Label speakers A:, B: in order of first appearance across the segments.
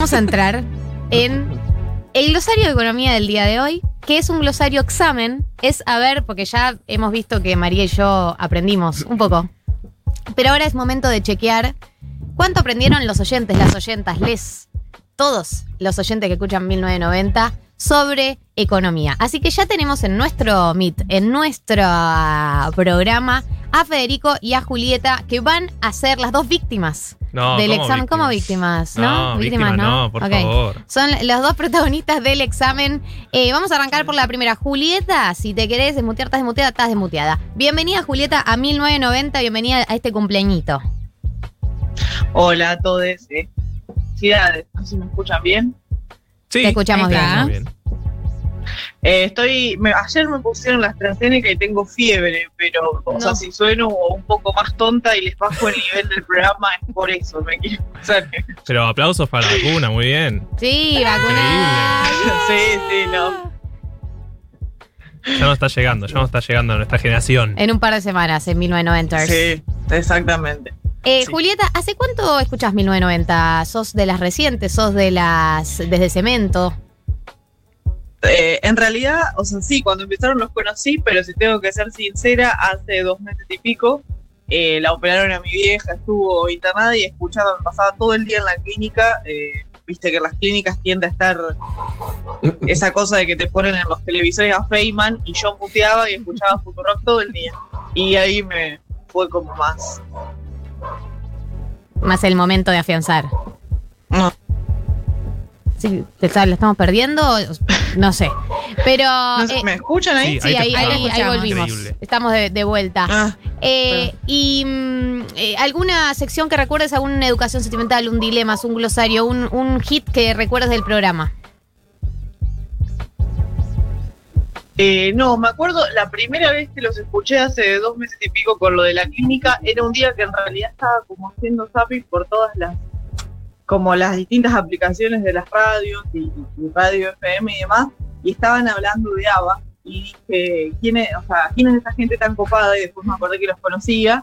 A: Vamos a entrar en el glosario de economía del día de hoy, que es un glosario examen. Es a ver, porque ya hemos visto que María y yo aprendimos un poco. Pero ahora es momento de chequear cuánto aprendieron los oyentes, las oyentas, les, todos los oyentes que escuchan 1990 sobre economía. Así que ya tenemos en nuestro Meet, en nuestro ah, programa, a Federico y a Julieta, que van a ser las dos víctimas
B: No,
A: del
B: ¿cómo
A: examen como víctimas, ¿no?
B: víctimas no, por
A: Ok.
B: favor.
A: Son los dos protagonistas del examen. Eh, vamos a arrancar por la primera. Julieta, si te querés desmutear, estás desmuteada, estás desmuteada. Bienvenida, Julieta, a 1990. Bienvenida a este cumpleañito.
C: Hola a todos. Eh. Felicidades. No sé si me escuchan bien.
B: Sí,
A: te escuchamos
B: ahí
A: bien.
B: está.
A: ¿no?
B: bien.
C: Eh, estoy, me- ayer me pusieron la AstraZeneca y tengo fiebre, pero o
A: No.
C: sea, si sueno un poco más tonta y les bajo el nivel del programa es por eso, me quiero pasar.
B: Pero aplausos para la vacuna, muy bien.
A: Sí, vacunada.
C: Sí, sí, no.
B: Ya no está llegando, ya no está llegando a nuestra generación.
A: En un par de semanas, en 1990.
C: Sí, exactamente.
A: Eh,
C: sí.
A: Julieta, ¿hace cuánto escuchas 1990? ¿Sos de las recientes? ¿Sos de las desde Cemento?
C: Eh, en realidad, o sea, sí, cuando empezaron los conocí, pero si tengo que ser sincera, hace dos meses y pico eh, la operaron a mi vieja, estuvo internada y escuchaba, me pasaba todo el día en la clínica. eh, Viste que en las clínicas tiende a estar esa cosa de que te ponen en los televisores a Feynman y yo muteaba y escuchaba Futurock todo el día. Y ahí me fue como más.
A: Más el momento de afianzar.
C: No.
A: Sí, ¿te está- ¿lo estamos perdiendo? No sé. Pero.
C: No sé,
A: eh,
C: ¿Me escuchan ahí?
A: Sí, ahí,
B: te
A: ahí-
B: escuchamos.
A: ahí volvimos.
B: Increíble.
A: Estamos de, de vuelta.
C: Ah,
A: Eh, ¿Y mm, eh, alguna sección que recuerdes? ¿Alguna educación sentimental? ¿Un dilema? ¿Un glosario? Un, un hit que recuerdes del programa?
C: Eh, no, me acuerdo la primera vez que los escuché hace dos meses y pico con lo de la clínica, era un día que en realidad estaba como haciendo zapping por todas las, como las distintas aplicaciones de las radios y, y radio FM y demás, y estaban hablando de ABBA y dije, ¿quién es, o sea, ¿quién es esta gente tan copada? Y después me acordé que los conocía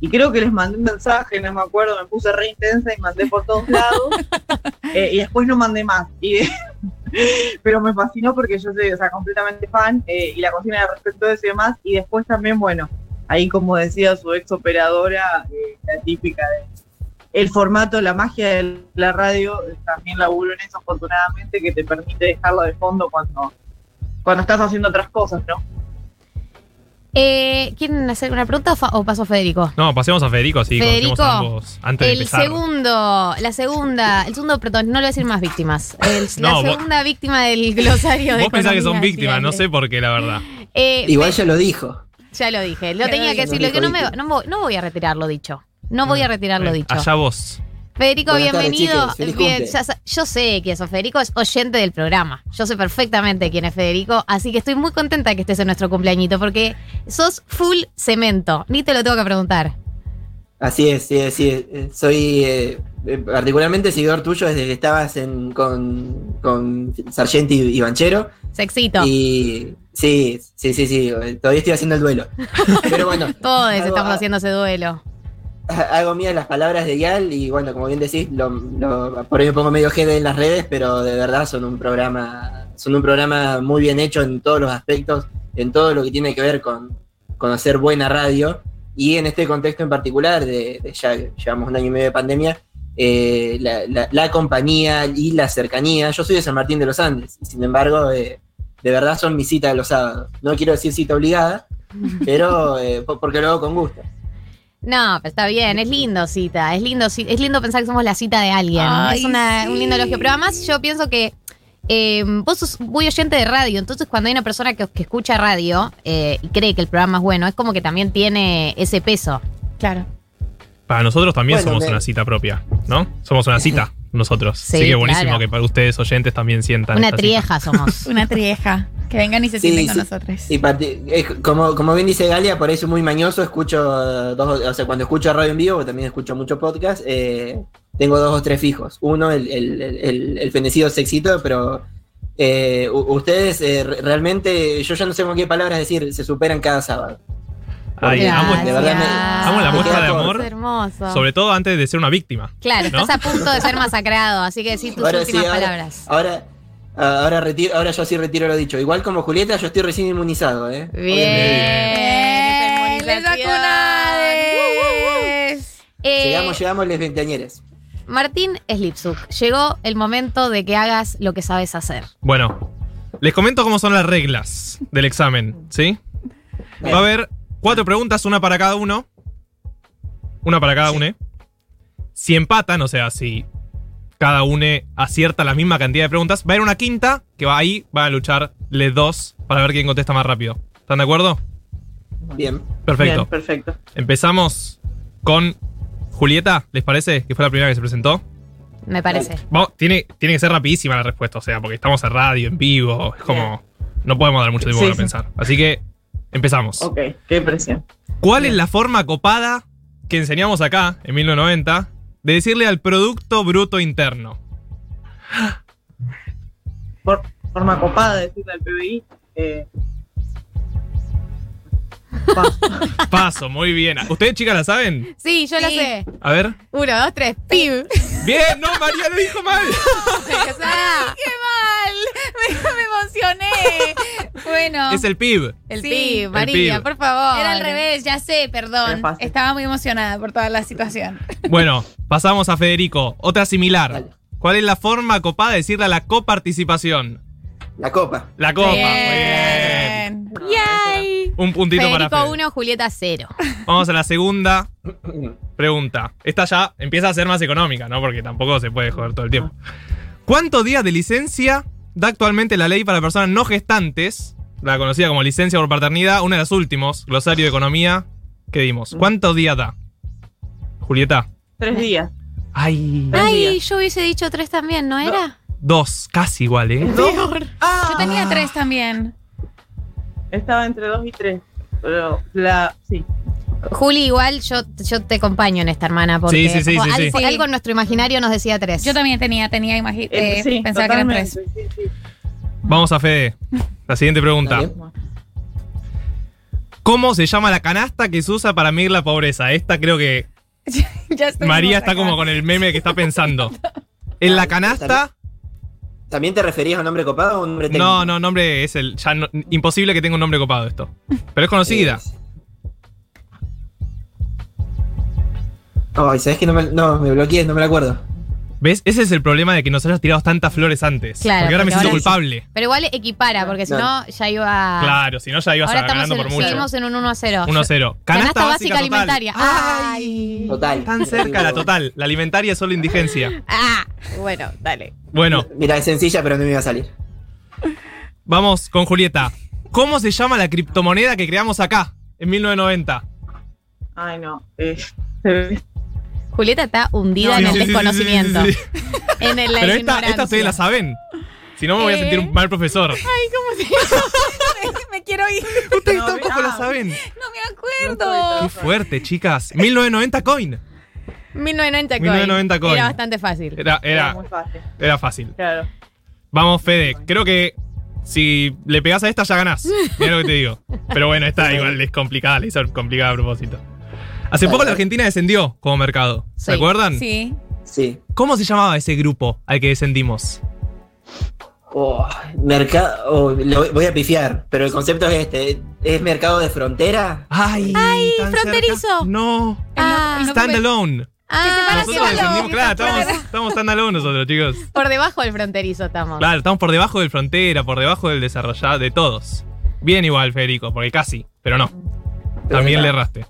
C: y creo que les mandé un mensaje, no me acuerdo, me puse re intensa y mandé por todos lados eh, y después no mandé más. Y pero me fascinó porque yo soy, o sea, completamente fan eh, y la consigna era respecto de eso y demás. Y después también, bueno, ahí como decía su ex operadora, eh, la típica de el formato, la magia de la radio, eh, también laburo en eso afortunadamente, que te permite dejarlo de fondo cuando, cuando estás haciendo otras cosas, ¿no?
A: Eh, ¿Quieren hacer una pregunta o, fa- o paso a Federico?
B: No, pasemos a Federico, así
A: Federico,
B: conocemos ambos antes de
A: El
B: empezar.
A: segundo, la segunda, el segundo protagonista, no le voy a decir más víctimas. El-
B: No,
A: la
B: vos-
A: segunda víctima del glosario de
B: Vos pensás que son
A: economía,
B: víctimas, no
A: fíjate.
B: sé por qué, la verdad.
A: Eh,
D: Igual ya lo dijo.
A: Ya lo dije, lo
C: Ya lo
A: tenía que
C: dije.
A: decir, lo que no, me,
D: Dijo, dijo.
A: no, voy, no voy a retirar lo dicho. No voy a retirar lo
B: Eh,
A: dicho.
B: Allá vos.
A: Federico,
D: Buenas tardes,
A: bienvenido.
D: chiques. Feliz
A: Bien,
D: cumple.
A: ya sa- yo sé que eso, Federico es oyente del programa. Yo sé perfectamente quién es Federico, así que estoy muy contenta que estés en nuestro cumpleañito porque sos full cemento. Ni te lo tengo que preguntar.
D: Así es, sí, así es. Eh, Soy eh, eh, particularmente seguidor tuyo desde que estabas en- con, con Sargenti y Banchero.
A: Sexito.
D: Y sí, sí, sí, sí, eh, todavía estoy haciendo el duelo. Pero bueno,
A: Todos estamos
D: ah.
A: haciendo ese duelo.
D: hago mías las palabras de Yal y bueno, como bien decís, lo- lo- por ahí me pongo medio jefe en las redes, pero de verdad son un programa, son un programa muy bien hecho en todos los aspectos, en todo lo que tiene que ver con, con hacer buena radio. Y en este contexto en particular, de, de ya llevamos un año y medio de pandemia, eh, la, la- la compañía y la cercanía. Yo soy de San Martín de los Andes, y sin embargo, eh, de verdad son mis citas de los sábados. No quiero decir cita obligada, pero eh, po- porque lo hago con gusto.
A: No, pero está bien, es lindo cita, es lindo, ci- es lindo pensar que somos la cita de alguien.
E: Ay,
A: es una-
E: sí.
A: un lindo elogio. Pero además yo pienso que eh, vos sos muy oyente de radio, entonces cuando hay una persona que, que escucha radio eh, y cree que el programa es bueno, es como que también tiene ese peso.
E: Claro.
B: Para nosotros también
D: Bueno,
B: somos
D: me-
B: una cita propia, ¿no? Somos una cita nosotros.
A: Sí,
B: Así que buenísimo
A: claro.
B: que para ustedes oyentes también sientan.
A: una
B: esta cita.
A: trieja somos.
E: Una trieja. Que vengan y se
D: Sí,
E: sienten con
D: sí.
E: nosotros.
D: Y parti- es como, como bien dice Galia, por eso muy mañoso, escucho eh, dos, o sea, cuando escucho radio en vivo, porque también escucho mucho podcast, eh, tengo dos o tres fijos. Uno, el, el, el- el, el fenecido sexito, pero eh, u- ustedes eh, re- realmente, yo ya no sé con qué palabras decir, se superan cada sábado.
B: Ay,
D: Porque
B: amo-
D: de verdad me-
B: amo la
A: Gracias.
B: muestra de
A: Es
B: amor.
A: hermoso.
B: Sobre todo antes de ser una víctima.
A: Claro,
B: ¿no?
A: estás a punto de ser masacrado, así que decís tus
D: Ahora sí,
A: últimas
D: ahora- Ah,
A: palabras.
D: Ahora, ahora, retiro, ahora yo sí retiro lo dicho. Igual como Julieta, yo estoy recién inmunizado, ¿eh?
A: Bien.
E: Les
A: Eh,
D: Llegamos, llegamos les veinteañeres.
A: Martín Slipsuk, llegó el momento de que hagas lo que sabes hacer.
B: Bueno, les comento cómo son las reglas del examen, ¿sí? Va a haber cuatro preguntas, una para cada uno. Una para cada uno. Si empatan, o sea, si cada uno acierta la misma cantidad de preguntas, va a haber una quinta que va ahí, va a luchar los dos para ver quién contesta más rápido. ¿Están de acuerdo?
D: Bien.
B: Perfecto.
C: Bien, perfecto.
B: Empezamos con Julieta, ¿les parece? Que fue la primera que se presentó.
A: Me parece.
B: Vamos, tiene, tiene que ser rapidísima la respuesta, o sea, porque estamos en radio, en vivo, es como... No podemos dar mucho tiempo
C: Sí,
B: para
C: sí.
B: pensar. Así que empezamos.
C: Ok, qué presión.
B: ¿Cuál es la forma copada que enseñamos acá, en 1990, de decirle al Producto Bruto Interno?
C: Por, forma copada de decirle al PBI. Eh, pa-
B: Paso, muy bien. ¿Ustedes, chicas, la saben?
E: Sí, yo
A: la sé.
B: A ver.
E: Uno, dos, tres. ¡Pim!
B: Bien, no, María lo dijo mal.
E: O sea, ¡Qué mal! Me, me emocioné. Bueno.
B: Es el PIB.
A: El
E: Sí.
A: PIB,
E: El
A: María,
B: PIB.
A: por favor.
E: Era al revés, ya sé,
C: Era
E: perdón.
C: fácil.
E: Estaba muy emocionada por toda la situación.
B: Bueno, pasamos a Federico. Otra similar.
D: Dale.
B: ¿Cuál es la forma copada de decirle a la coparticipación?
D: La copa.
B: La copa, muy bien.
A: Yay.
B: Un puntito para
A: Federico
B: Fede.
A: 1, Julieta 0.
B: Vamos a la segunda pregunta. Esta ya empieza a ser más económica, ¿no? Porque tampoco se puede joder todo el tiempo. ¿Cuántos días de licencia da actualmente la ley para personas no gestantes? La conocida como licencia por paternidad, una de las últimos, glosario de economía que dimos. ¿Cuántos días da? Julieta.
C: tres días.
B: Ay.
C: Tres
A: Ay,
C: días.
A: yo hubiese dicho 3 también, ¿no era?
B: Dos, casi igual, ¿eh?
E: Yo
B: Ah.
E: tenía tres también.
C: Estaba entre dos y tres. Pero la. Sí.
A: Juli, igual yo, yo te acompaño en esta hermana, porque
B: Sí, sí, sí,
A: como
B: sí,
A: al-
B: sí.
A: fue algo en nuestro imaginario nos decía 3.
E: Yo también tenía, tenía imagi-
C: Eh,
E: eh,
C: sí,
E: pensaba que eran
C: totalmente,
E: tres.
C: sí, sí.
B: Vamos a Fede. La siguiente pregunta.
D: Dale.
B: ¿Cómo se llama la canasta que se usa para medir la pobreza? Esta creo que
E: Ya estuvimos
B: María está
E: acá.
B: como con el meme que está pensando. En la canasta.
D: ¿También te referías a un nombre copado o a un nombre técnico?
B: No, no, nombre es el. Ya no- imposible que tenga un nombre copado esto. Pero es conocida.
D: Ay, ¿sabes que no me, no, me bloqueé? No me la acuerdo.
B: ¿Ves? Ese es el problema de que nos hayas tirado tantas flores antes.
A: Claro,
B: porque ahora me
A: porque
B: siento
A: ahora sí.
B: culpable.
A: Pero igual equipara, porque si no, ya iba.
B: Claro, si no ya ibas
A: Ahora
B: a-
A: estamos
B: ganando por
A: en,
B: mucho.
A: seguimos en un 1 a 0.
B: 1-0. Canasta,
A: Canasta básica
B: básica, total.
A: alimentaria.
B: Ay.
D: Total.
B: Tan cerca la total. La alimentaria es solo indigencia.
A: Ah, bueno, dale.
B: Bueno,
D: Mira, es sencilla, pero no me iba a salir.
B: vamos con Julieta. ¿Cómo se llama la criptomoneda que creamos acá en 1990?
C: Ay, no. eh, se-
A: Julieta está hundida
B: Sí,
A: en el
B: sí, sí, sí,
A: desconocimiento.
B: sí, sí, sí.
A: En el, la
B: Pero esta, esta
A: ignorancia. Eh.
B: ustedes la saben. Si no, me voy a sentir un mal profesor.
E: Me quiero ir.
B: Ustedes
C: No,
B: tampoco
C: mirá.
B: la saben.
E: No me
B: Qué
E: acuerdo.
B: fuerte, chicas. 1990 coin.
A: 1990 coin.
B: 1990 coin.
A: Era bastante fácil.
B: Era,
C: era
B: era,
C: muy fácil.
B: era fácil.
C: Claro.
B: Vamos, Fede. Creo que si le pegás a esta ya ganás. Mira lo que te digo. Pero bueno, esta igual es complicada, la hizo complicada a propósito. Hace poco la Argentina descendió como mercado. ¿Se
A: Sí.
B: acuerdan?
E: Sí.
D: Sí.
B: ¿Cómo se llamaba ese grupo al que descendimos?
D: Oh, mercado. oh, lo voy a pifiar, pero el concepto es este. ¿Es mercado de frontera?
B: ¡Ay! tan cerca.
A: fronterizo.
B: No.
A: Ah,
E: El no- el no
B: Stand
E: come-
B: alone.
A: Ah,
E: Para
B: Nosotros
E: solo.
B: descendimos, claro, estamos, estamos stand alone nosotros, chicos.
A: por debajo del fronterizo estamos.
B: Claro, estamos por debajo del frontera, por debajo del desarrollado, de todos. Bien igual, Federico, porque casi, pero no. También le erraste.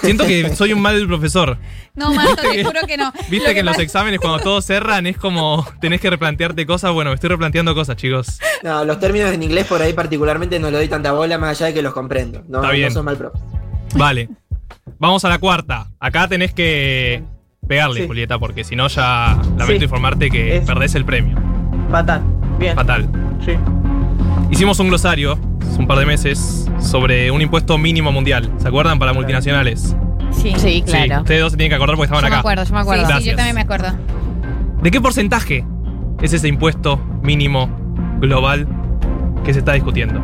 B: Siento que soy un mal profesor.
E: No, Mato, te juro que no.
B: Viste
E: Lo
B: que en los
E: pasa-
B: exámenes cuando todos erran es como tenés que replantearte cosas. Bueno, me estoy replanteando cosas, chicos.
D: No, los términos en inglés por ahí particularmente no le doy tanta bola más allá de que los comprendo. No,
B: Está bien.
D: no sos mal pro.
B: Vale. Vamos a la cuarta. Acá tenés que pegarle,
C: Sí.
B: Julieta, porque si no ya lamento
C: Sí.
B: informarte que
C: Es-
B: perdés el premio.
C: Fatal. Bien.
B: Fatal.
C: Sí.
B: Hicimos un glosario hace un par de meses sobre un impuesto mínimo mundial. ¿Se acuerdan? Para multinacionales.
E: Sí.
A: Sí, claro.
B: Sí, ustedes dos se tienen que acordar porque
A: yo
B: estaban
A: me
B: acá.
A: acuerdo, yo me
E: Sí,
A: acuerdo.
E: sí,
B: Gracias.
E: yo también me acuerdo.
B: ¿De qué porcentaje es ese impuesto mínimo global que se está discutiendo?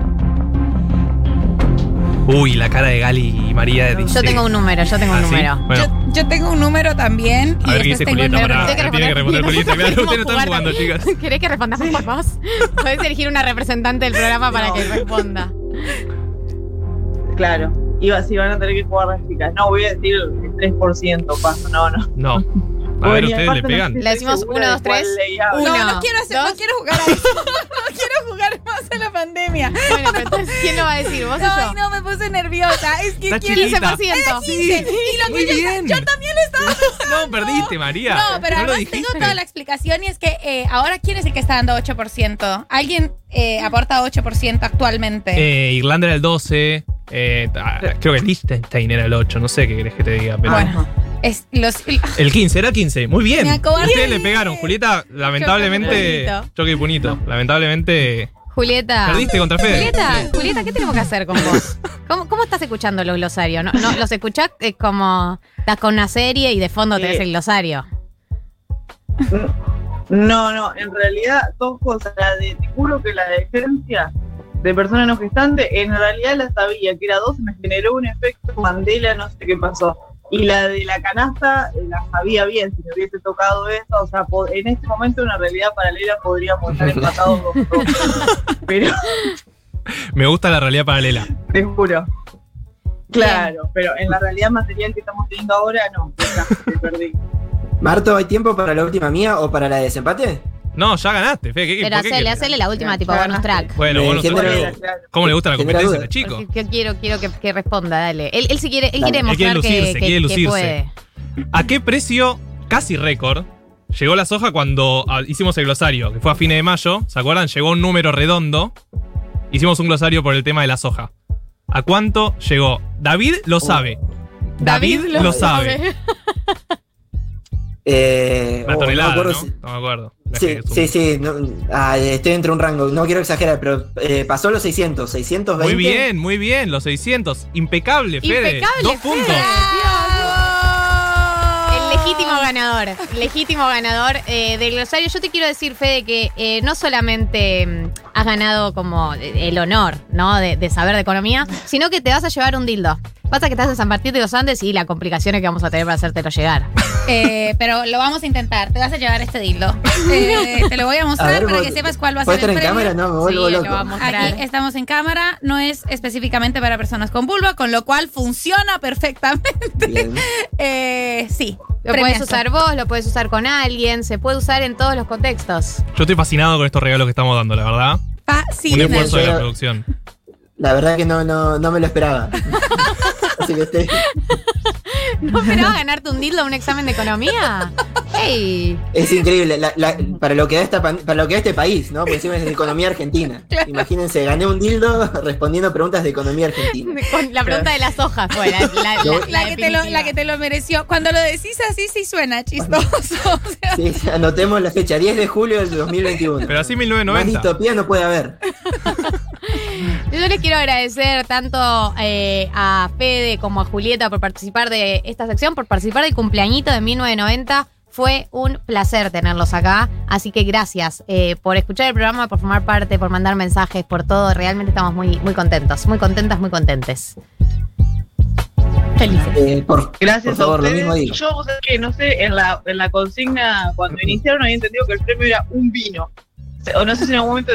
B: Uy, la cara de Gali y María de
A: Yo tengo un número, yo
B: Ah,
A: tengo un número.
B: Bueno,
E: Yo, yo tengo un número también.
B: a ver qué
E: después
B: dice
E: tengo el
B: Julieta.
E: número
B: Pará,
E: de-
A: Tengo que
B: tiene que
A: responder.
B: responder Julieta. Mirá,
A: Podemos
B: ustedes no están
A: jugar
B: jugando, chicas.
A: ¿Querés que respondamos por vos? Podés elegir una representante del programa para
C: No.
A: que responda.
C: Claro. Iba, sí, van a tener que jugar las chicas. No, voy a decir el 3%, paso, no, no.
B: No. A ver,
C: Oye,
B: ustedes
C: aparte
B: le
C: no
B: pegan.
C: estoy
A: Le decimos
C: segura
A: uno,
C: de
A: dos,
C: cuál
A: tres.
C: ley hablo.
E: No,
A: Uno,
E: no quiero, hacer, no
A: dos.
E: quiero jugar a eso. No quiero jugar más a la pandemia.
A: Bueno, pero entonces, ¿quién lo va a decir? ¿Vos
E: Ay,
A: o yo?
E: no, me puse nerviosa. Es que
B: Está
E: quiero.
B: chiquita.
A: 15%.
E: Quince. Y lo
B: Muy
E: que yo-
B: bien.
E: yo también lo estaba
B: No, perdiste, María.
E: No, pero
B: lo
E: además
B: dijiste.
E: tengo toda la explicación y es que eh, ahora quién es el que está dando 8%. Alguien eh, aporta 8% actualmente.
B: Eh, Irlanda era el 12. eh, ah, creo que Liechtenstein era el 8. No sé qué querés que te diga. Pero
E: Bueno. Es los,
B: El 15, era 15. Muy bien.
E: Me acobardé.
B: Ustedes le pegaron, Julieta. Lamentablemente.
E: Choque y punito.
B: Choque y punito. Lamentablemente.
A: Julieta.
B: Perdiste contra Fede.
A: Ah. Julieta, Julieta, ¿qué tenemos que hacer con vos? ¿Cómo, cómo estás escuchando los glosarios? ¿No, no, los escuchás eh, como estás con una serie y de fondo tenés
C: Sí.
A: el glosario?
C: No, no, en realidad dos cosas. La de, te juro que la de esencia de persona no gestante, en realidad la sabía, que era dos, me generó un efecto Mandela, no sé qué pasó. Y la de la canasta, eh, la sabía bien, si me hubiese tocado esa, o sea, po- en este momento una realidad paralela podríamos estar empatados con dos. Pero,
B: Me gusta la realidad paralela.
C: te juro. Claro, pero en la realidad material que estamos teniendo ahora, no, ya, me perdí.
D: Marto, ¿hay tiempo para la última mía o para la de desempate?
B: No, ya ganaste, Fede. ¿qué- qué-
A: Pero
B: por qué
A: hacele,
B: querés?
A: hacele la última, tipo
C: Ya,
A: bonus track.
B: Bueno,
D: Me
B: vos no
D: genera
B: sabés
D: duda.
C: Claro.
B: cómo le gusta la
D: Genera
B: competencia,
D: duda.
B: chico.
A: Porque Yo quiero, quiero que, que responda, dale. Él, él sí quiere, él
D: Dale.
A: quiere
D: Él
A: mostrar
B: quiere lucirse,
A: que, que-
B: quiere
A: que
B: lucirse.
A: puede.
B: ¿A qué precio casi récord llegó la soja cuando ah, hicimos el glosario? Que fue a fines de mayo, ¿se acuerdan? Llegó un número redondo. Hicimos un glosario por el tema de la soja. ¿A cuánto llegó? David lo sabe. David, lo, sabe.
D: Eh,
B: La
D: oh,
B: tonelada,
D: no me
B: ¿no?
D: acuerdo si-
B: No me acuerdo.
D: Sí, sí, sí, no, ah, estoy entre un rango, no quiero exagerar, pero eh, pasó los 600, 620.
B: Muy bien, muy bien. Los 600. Impecable, Fede.
A: Impecable,
B: Dos
A: Fede.
B: puntos.
A: El Ah. legítimo ganador, el legítimo ganador eh, del glosario. Yo te quiero decir, Fede, que eh, no solamente mm, has ganado como el honor, ¿no? De, de saber de economía, sino que te vas a llevar un dildo. Pasa que estás en San Martín de los Andes y las complicaciones que vamos a tener para hacértelo llegar.
E: eh, pero lo vamos a intentar. Te vas a llevar este dildo. Eh, te lo voy a mostrar
D: A ver,
E: para
D: vos-
E: que sepas cuál va a ser
D: ¿Puedes
E: el
D: estar en
E: premio.
D: cámara? No, me
A: Sí,
D: vuelvo
A: lo
D: loco.
A: vamos a mostrar.
E: Aquí estamos en cámara, no es específicamente para personas con vulva, con lo cual funciona perfectamente.
D: Bien.
E: Eh, sí.
A: Lo puedes
E: premiazo.
A: usar vos, lo puedes usar con alguien, se puede usar en todos los contextos.
B: Yo estoy fascinado con estos regalos que estamos dando, la verdad. Un
E: Fascinante.
B: esfuerzo de la
D: Yo-
B: producción.
D: La verdad que no, no, no me lo esperaba. Así que este estoy-
A: ¿No esperabas ganarte un dildo en un examen de economía? ¡Ey!
D: es increíble, la- la- para, lo que da esta pan- para lo que da este país, ¿no? Porque encima es de economía argentina. Imagínense, gané un dildo respondiendo preguntas de economía argentina.
A: Con la pregunta de las hojas fue la, la- la-
E: La que, te lo,
A: definitiva.
E: la que te lo mereció. Cuando lo decís así, sí suena chistoso. O sea,
D: Sí, anotemos la fecha, 10 de julio del 2021.
B: Pero así
D: Más
B: 1990.
D: distopía no puede haber.
A: Yo les quiero agradecer tanto eh, a Fede como a Julieta por participar de esta sección, por participar del cumpleañito de 1990. Fue un placer tenerlos acá, así que gracias eh, por escuchar el programa, por formar parte, por mandar mensajes, por todo. Realmente estamos muy, muy contentos, muy contentas, muy contentes. Felices.
D: Eh, por,
C: Gracias
D: por favor,
C: a
D: lo
C: ustedes.
D: mismo digo.
C: Yo, o sea, que no sé, en la, en la consigna, cuando iniciaron, había entendido que el premio era un vino. O sea, O no sé si en algún momento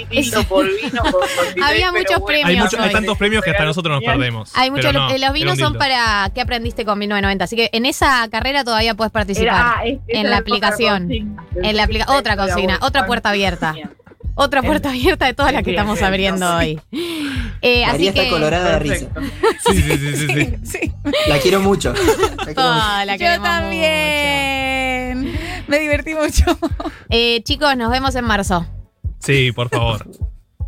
A: El-
C: vino
A: es-
C: por vino. Por, por vino,
A: Había
C: pero
A: muchos premios
B: Hay, mucho- hay
A: hoy.
B: tantos premios que hasta nosotros nos perdemos.
A: Hay muchos,
B: Pero no,
A: eh, los vinos
B: era
A: son
B: un dildo.
A: para qué aprendiste con 1990, así que en esa carrera todavía puedes participar.
C: Era- ah, es- esa
A: en la
C: era otra
A: aplicación.
C: consigna.
A: En la aplica- otra
C: Era
A: consigna,
C: otra
A: otra puerta abierta.
C: consigna.
A: Otra puerta abierta de todas las que
C: Bien,
A: estamos
C: bien,
A: abriendo
C: no,
A: hoy. Eh,
D: María
A: así
D: está
A: que.
D: colorada de risa.
C: Perfecto.
B: Sí, sí, sí, sí, sí.
E: sí.
D: La quiero mucho. La quiero mucho.
A: Ah, la
E: Yo
A: queremos
E: también. Me divertí mucho.
A: mucho. Eh, chicos, nos vemos en marzo.
B: Sí, por favor.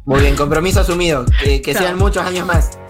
D: Muy bien, compromiso asumido. Que, que sean muchos años más.